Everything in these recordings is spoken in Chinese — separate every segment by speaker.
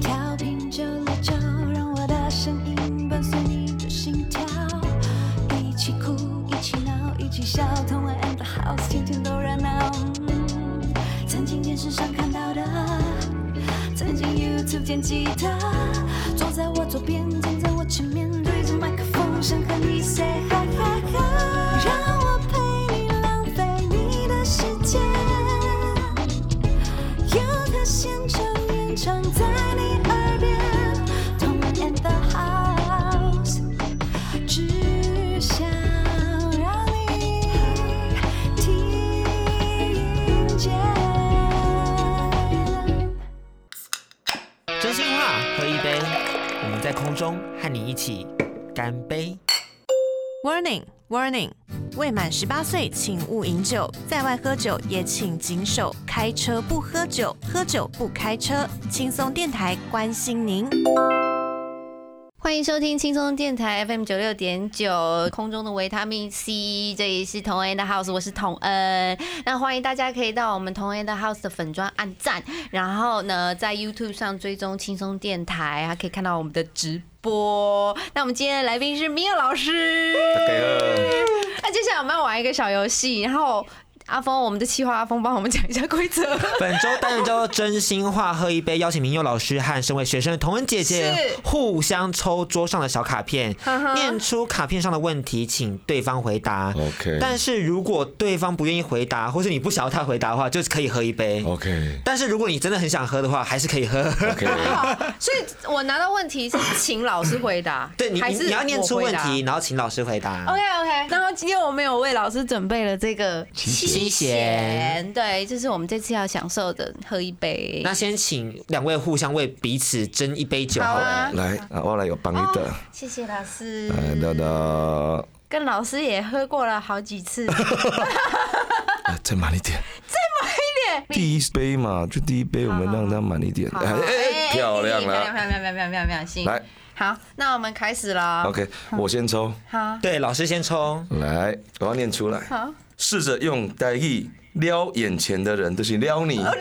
Speaker 1: 调频九六九，让我的声音伴随你的心跳，一起哭，一起闹，一起笑，同玩 and the house，天天都热闹。嗯曾经电视上看到的，曾经 YouTube 见吉他，坐在我左边，站在我前面，对着麦克风，想和你 say hi hi hi，让我陪你浪费你的时间。有个现场演唱在你耳边，同玩 and the house，只想让你听见。
Speaker 2: 真心话，喝一杯，我们在空中和你一起干杯。
Speaker 3: Warning, warning！未满十八岁，请勿饮酒，在外喝酒也请谨守，开车不喝酒，喝酒不开车。轻松电台关心您，
Speaker 4: 欢迎收听轻松电台 FM 九六点九空中的维他命 C，这里是童恩的 House，我是童恩。那欢迎大家可以到我们童恩的 House 的粉砖按赞，然后呢在 YouTube 上追踪轻松电台，还可以看到我们的直播。那我们今天的来宾是米尔老师。那接下来我们要玩一个小游戏，然后阿峰，我们的企划阿峰帮我们讲一下 规则。
Speaker 2: 本周单元叫做“真心话喝一杯”，邀请明佑老师和身为学生的童恩姐姐
Speaker 4: 是
Speaker 2: 互相抽桌上的小卡片，念出卡片上的问题，请对方回答。
Speaker 5: OK
Speaker 2: 但是如果对方不愿意回答，或是你不想要他回答的话，就是可以喝一杯。
Speaker 5: OK
Speaker 2: 但是如果你真的很想喝的话，还是可以喝。
Speaker 5: OK，
Speaker 4: 所以我拿到问题是请老师回答， 哦
Speaker 2: 对你，
Speaker 4: 还
Speaker 2: 你
Speaker 4: 是
Speaker 2: 你要念出
Speaker 4: 我回
Speaker 2: 问
Speaker 4: 答
Speaker 2: 题，然后请老师回答。
Speaker 4: OK OK，然后今天我们有为老师准备了这个
Speaker 2: 七贤，
Speaker 4: 对，这是我们这次要享受的，喝一杯。
Speaker 2: 那先请两位互相为彼此斟一杯酒好了。
Speaker 4: 啊
Speaker 5: 来啊，我来有帮你的，
Speaker 4: 谢谢老师，
Speaker 5: 来的的，
Speaker 4: 跟老师也喝过了好几次。
Speaker 5: 啊再满一点，再满一点，第一杯嘛，就第一杯，我们让它满一点，哎哎，哎漂亮
Speaker 4: 漂亮，
Speaker 5: 了
Speaker 4: 漂亮，漂亮，漂亮，漂亮，行。
Speaker 5: 来
Speaker 4: 好，那我们开始了。
Speaker 5: ，OK，我先抽，
Speaker 4: 好，
Speaker 2: 对，老师先抽。
Speaker 5: 来，我要念出来，
Speaker 4: 好，
Speaker 5: 试着用代意撩眼前的人，就是撩你，
Speaker 4: 你好，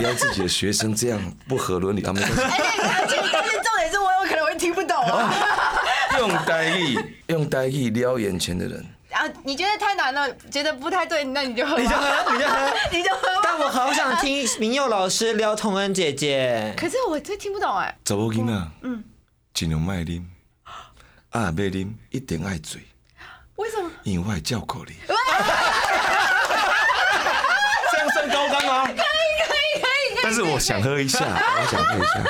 Speaker 5: 撩自己的学生，这样不合伦理啊，没关系。
Speaker 4: 而且而且重点是我有可能会听不懂啊。
Speaker 5: 用呆意，用呆意撩眼前的人。
Speaker 4: 啊，你觉得太难了，觉得不太对，那你就喝吧，
Speaker 2: 你就喝，你就喝。
Speaker 4: 你就喝 吧。
Speaker 2: 但我好想听明佑老师撩童恩姐姐。
Speaker 4: 可是我真听不懂哎。
Speaker 5: 查某囡仔，嗯，尽量莫啉，啊，要啉一定爱醉，
Speaker 4: 为什么？
Speaker 5: 因为我会照顾你。
Speaker 2: 这样算高纲 吗？
Speaker 5: 但是我想喝一下，我想喝一下。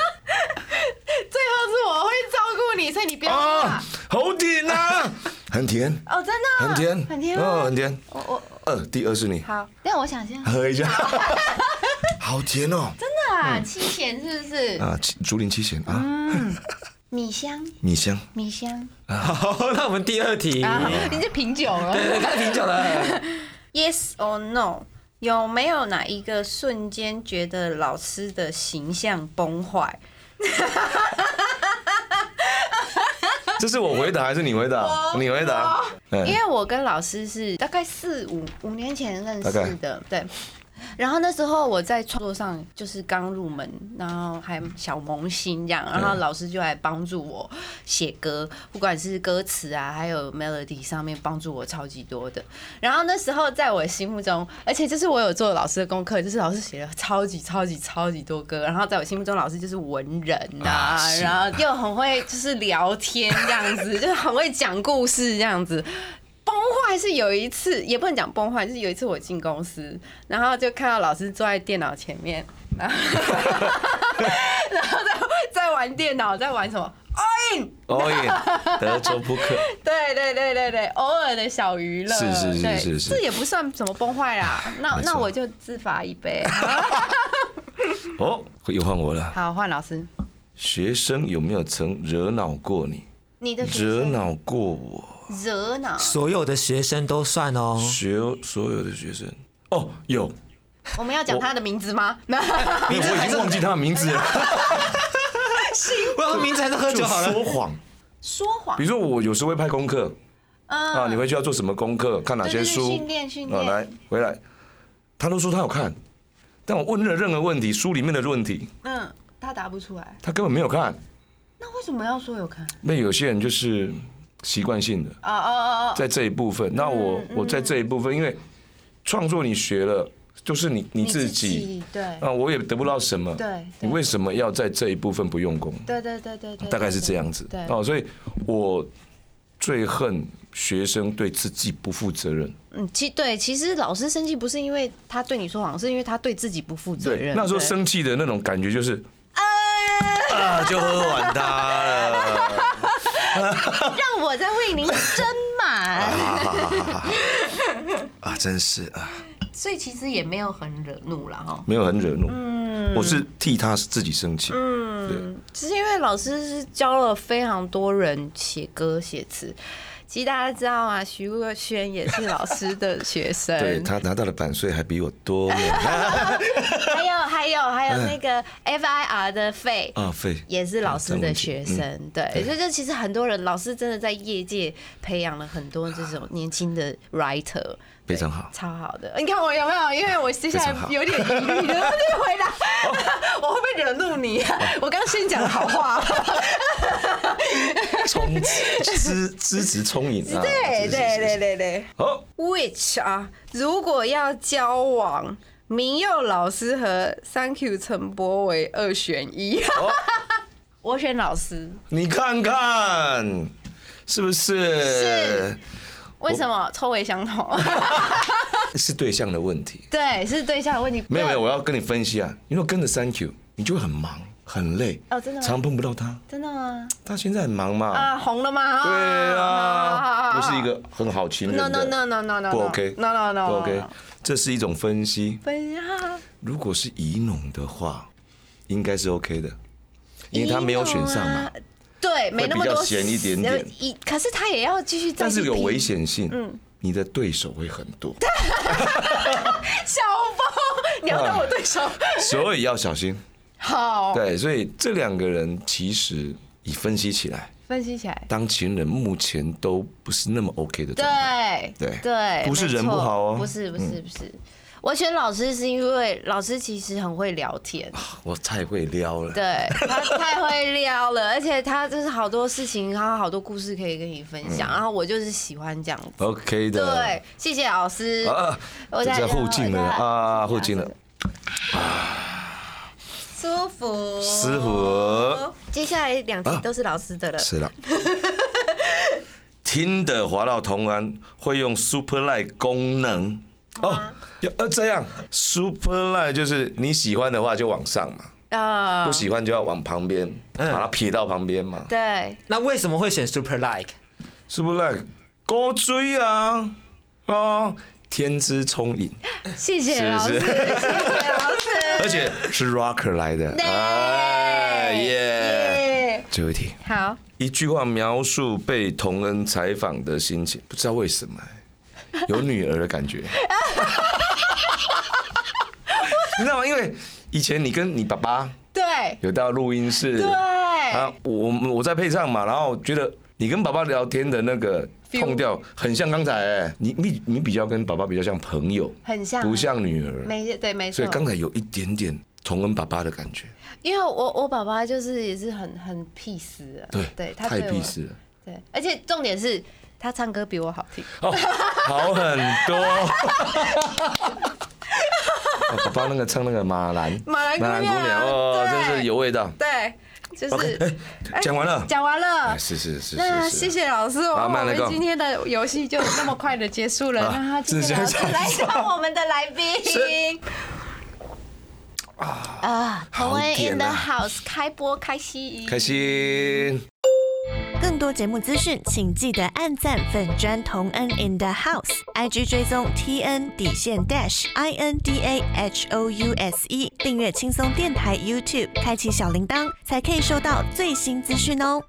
Speaker 4: 最后是我会照顾你，所以你不要
Speaker 2: 哦
Speaker 4: 怕。
Speaker 5: 啊，好甜啊，很甜，
Speaker 4: 哦，真的
Speaker 5: 很甜，
Speaker 4: 很甜
Speaker 5: 哦，
Speaker 4: 吗。
Speaker 5: 很甜。
Speaker 4: 我我
Speaker 5: 二，第二是你，
Speaker 4: 好，但我想先喝
Speaker 5: 喝一 下，好甜哦。
Speaker 4: 啊，七贤是不是？
Speaker 5: 啊，七竹林七贤啊，
Speaker 4: 嗯米香，
Speaker 5: 米香，
Speaker 4: 米香
Speaker 2: 好，那我们第二题。
Speaker 4: 啊，你是品酒
Speaker 2: 嗯
Speaker 4: 了
Speaker 2: 对对，开始品酒了。
Speaker 4: ？Yes or no？有没有哪一个瞬间觉得老师的形象崩坏？
Speaker 5: 这是我回答还是你回答？你回答。
Speaker 4: 因
Speaker 5: 嗯，
Speaker 4: 为我跟老师是大概四五五年前认
Speaker 5: 大概
Speaker 4: 识的，对。然后那时候我在创作上就是刚入门，然后还小萌新这样，
Speaker 5: 嗯
Speaker 4: 然后老师就来帮助我写歌，不管是歌词啊，还有 melody 上面帮助我超级多的。然后那时候在我心目中，而且就是我有做老师的功课，就是老师写了超级超级超级多歌，然后在我心目中老师就是文人啊，
Speaker 5: 啊是
Speaker 4: 然后又很会就是聊天这样子，就是很会讲故事这样子。崩坏是有一次，也不能讲崩坏，就是有一次我进公司，然后就看到老师坐在电脑前面， 然后然后在在玩电脑，在玩什么？
Speaker 5: 哦耶，德州扑克。
Speaker 4: 对对对对对，偶尔的小娱乐，
Speaker 5: 是是是
Speaker 4: 对
Speaker 5: 是是
Speaker 4: 这也不算什么崩坏啦。那
Speaker 5: 没错
Speaker 4: 那我就自罚一杯。
Speaker 5: 哦，又换我了。
Speaker 4: 好，换老师，
Speaker 5: 学生有没有曾惹恼过你？
Speaker 4: 你的学
Speaker 5: 惹
Speaker 4: 生
Speaker 5: 恼过我，
Speaker 4: 惹恼，
Speaker 2: 所有的学生都算哦。
Speaker 5: 学所有的学生哦，有，
Speaker 4: 我们要讲他的名字吗？
Speaker 5: 我
Speaker 2: 哎
Speaker 5: 已经忘记他的名字了，
Speaker 2: 我要名字还是喝
Speaker 5: 就
Speaker 2: 酒好了。
Speaker 5: 说谎。
Speaker 4: 说谎
Speaker 5: 比如说我有时候会拍功课
Speaker 4: 啊
Speaker 5: 啊，你回去要做什么功课，看哪些
Speaker 4: 对对对
Speaker 5: 书，
Speaker 4: 训练训
Speaker 5: 啊
Speaker 4: 练
Speaker 5: 来回来，他都说他有看，但我问了任何问题，书里面的问题，
Speaker 6: 嗯，他答不出来，
Speaker 5: 他根本没有看。
Speaker 6: 那为什么要说有看？
Speaker 5: 那有些人就是习惯性的
Speaker 6: 啊啊啊啊！
Speaker 5: 在这一部分，那我我在这一部分，因为创作你学了，就是你你自己，
Speaker 6: 对
Speaker 5: 啊，我也得不到什么，
Speaker 6: 对
Speaker 5: 你为什么要在这一部分不用功？
Speaker 6: 对对对对对，
Speaker 5: 大概是这样子
Speaker 6: 对，
Speaker 5: 哦，所以我最恨学生对自己不负责任。
Speaker 4: 嗯，其对，其实老师生气不是因为他对你说谎，是因为他对自己不负责任。
Speaker 5: 那时候
Speaker 4: 对
Speaker 5: 生气的那种感觉就是
Speaker 2: 啊，就喝完它了。
Speaker 4: 让我再为您斟 满，
Speaker 5: 啊，真是啊，
Speaker 4: 所以其实也没有很惹怒了哈。
Speaker 5: 没有很惹怒，
Speaker 4: 嗯
Speaker 5: 我是替他自己生气，
Speaker 4: 只是因为老师是教了非常多人写歌写词，其实大家知道啊，徐若瑄也是老师的学生，
Speaker 5: 对他拿到的版税还比我多 呢
Speaker 4: 还有还有还
Speaker 5: 嗯
Speaker 4: 有那个 FIR 的费
Speaker 5: 啊，费
Speaker 4: 也是老师的学生，对，
Speaker 5: 嗯对
Speaker 4: 所以这其实很多人，老师真的在业界培养了很多这种年轻的 writer，
Speaker 5: 非常好。
Speaker 4: 超好的。你看我有没有？因为我接下
Speaker 5: 非常
Speaker 4: 来
Speaker 5: 好
Speaker 4: 有点疑虑，你能不能回答？
Speaker 5: 哦
Speaker 4: 我会不会惹怒你啊？我刚刚先讲好 话，
Speaker 5: 充资嗯 资质充盈啊！
Speaker 4: 对
Speaker 5: 是是
Speaker 4: 对
Speaker 5: 是
Speaker 4: 对对对。
Speaker 5: 好，
Speaker 4: Which 啊，如果要交往，明佑老师和 Thank You 陈柏伟二选一，
Speaker 5: 哦
Speaker 4: 我选老师。
Speaker 5: 你看看是不是？
Speaker 4: 为什
Speaker 5: 哦
Speaker 4: 么臭味相同？
Speaker 5: 是对象的问题。
Speaker 4: 对，是对象的问题。
Speaker 5: 没有没有，
Speaker 4: 对，
Speaker 5: 我要跟你分析啊，你如果跟着 Thank you，你就会很忙很累
Speaker 4: 哦真的吗
Speaker 5: 常碰不到他。
Speaker 4: 真的吗？
Speaker 5: 他现在很忙嘛。
Speaker 4: 啊，红了吗？
Speaker 5: 对啊，
Speaker 4: 好
Speaker 5: 不是一。个很好情人的。
Speaker 4: No no no no no no，
Speaker 5: 不 OK。
Speaker 4: No no no
Speaker 5: 不 OK。这是一种分析，
Speaker 4: 分啊，
Speaker 5: 如果是乙农的话，应该是 OK 的，因为他没有选上嘛
Speaker 4: 啊，。对，没那么多
Speaker 5: 比较闲一点点
Speaker 4: 一可是他也要继续再
Speaker 5: 但
Speaker 4: 去
Speaker 5: 是有
Speaker 4: 拼
Speaker 5: 危险性。嗯，你的对手会很多，
Speaker 4: 小峰，你要当我对手。
Speaker 5: 所以要小心。
Speaker 4: 好，
Speaker 5: 对，所以这两个人其实以分析起来，
Speaker 4: 分析起来。
Speaker 5: 当情人目前都不是那么 OK 的状态。
Speaker 4: 对
Speaker 5: 对
Speaker 4: 对，
Speaker 5: 不是
Speaker 4: 没
Speaker 5: 人
Speaker 4: 错
Speaker 5: 不好哦
Speaker 4: 不是不是不是。我选老师是因为老师其实很会聊天，
Speaker 5: 我太会撩了，
Speaker 4: 对他太会撩了，而且他就是好多事情，然后好多故事可以跟你分享，然后我就是喜欢这样子。
Speaker 5: ，OK 嗯哦的。
Speaker 4: 对，谢谢老师。
Speaker 5: 啊，
Speaker 4: 我
Speaker 5: 这
Speaker 4: 在
Speaker 5: 在后进了
Speaker 4: 我在
Speaker 5: 啊，后进了，
Speaker 4: 舒服。
Speaker 5: 师傅
Speaker 4: 接下来两题都是老师的了。
Speaker 5: 啊是了。听的滑到同安会用 Super Light 功能
Speaker 4: 啊
Speaker 5: 哦，要呃这样 Super Light 就是你喜欢的话就往上嘛，
Speaker 4: 啊、嗯
Speaker 5: 不喜欢就要往旁边，把它撇到旁边嘛。
Speaker 4: 对，
Speaker 2: 那为什么会选 Super Like？
Speaker 5: Super Light 高追啊，哦，天资聪颖，
Speaker 4: 谢
Speaker 5: 是
Speaker 4: 谢
Speaker 5: 不
Speaker 4: 老师，
Speaker 5: 是？
Speaker 4: 谢谢老师。
Speaker 5: 而且是 Rocker 来的，哎耶！
Speaker 4: 耶
Speaker 5: 最后一题。
Speaker 4: 好，
Speaker 5: 一句话描述被同恩采访的心情，不知道为什么、有女儿的感觉。 你知道吗？因为以前你跟你爸爸
Speaker 4: 对
Speaker 5: 有到录音室，
Speaker 4: 对，
Speaker 5: 啊，我我在配唱嘛，然后觉得你跟爸爸聊天的那个
Speaker 4: Feel
Speaker 5: 痛调很像刚才、哎你你你比较跟爸爸比较像朋友，
Speaker 4: 很像啊
Speaker 5: 不像女儿，
Speaker 4: 没对没
Speaker 5: 所
Speaker 4: 错
Speaker 5: 以。刚才有一点点同恩爸爸的感觉，
Speaker 4: 因为我我爸爸就是也是很很 peace 的，
Speaker 5: 对，
Speaker 4: 对他
Speaker 5: 太
Speaker 4: 对我
Speaker 5: peace 了。
Speaker 4: 对，而且重点是他唱歌比我好听。
Speaker 5: 哦，好很 多。哦爸爸那个唱那个马兰，
Speaker 4: 马兰姑娘对
Speaker 5: 哦，真是有味道。
Speaker 4: 对，就
Speaker 5: OK，
Speaker 4: 是
Speaker 5: 哎，讲完了，
Speaker 4: 讲完了
Speaker 5: 哎，。是是是
Speaker 4: 那
Speaker 5: 是
Speaker 4: 谢
Speaker 5: 是，
Speaker 4: 谢老师，
Speaker 5: 好
Speaker 4: 我
Speaker 5: 慢
Speaker 4: 们
Speaker 5: 了够
Speaker 4: 今天的游戏就那么快的结束了。
Speaker 5: 啊
Speaker 4: 那今天的老师
Speaker 5: 是这样
Speaker 4: 来当我们的来宾。啊，同
Speaker 5: 好
Speaker 4: 恩
Speaker 5: 点
Speaker 4: in the
Speaker 5: 啊
Speaker 4: house 开播开心，
Speaker 5: 开心。
Speaker 3: 更多节目资讯，请记得按赞粉砖同恩 in the house，IG 追踪 T N 底线 dash I N D A H O U S E，订阅轻松电台 YouTube，开启小铃铛，才可以收到最新资讯哦。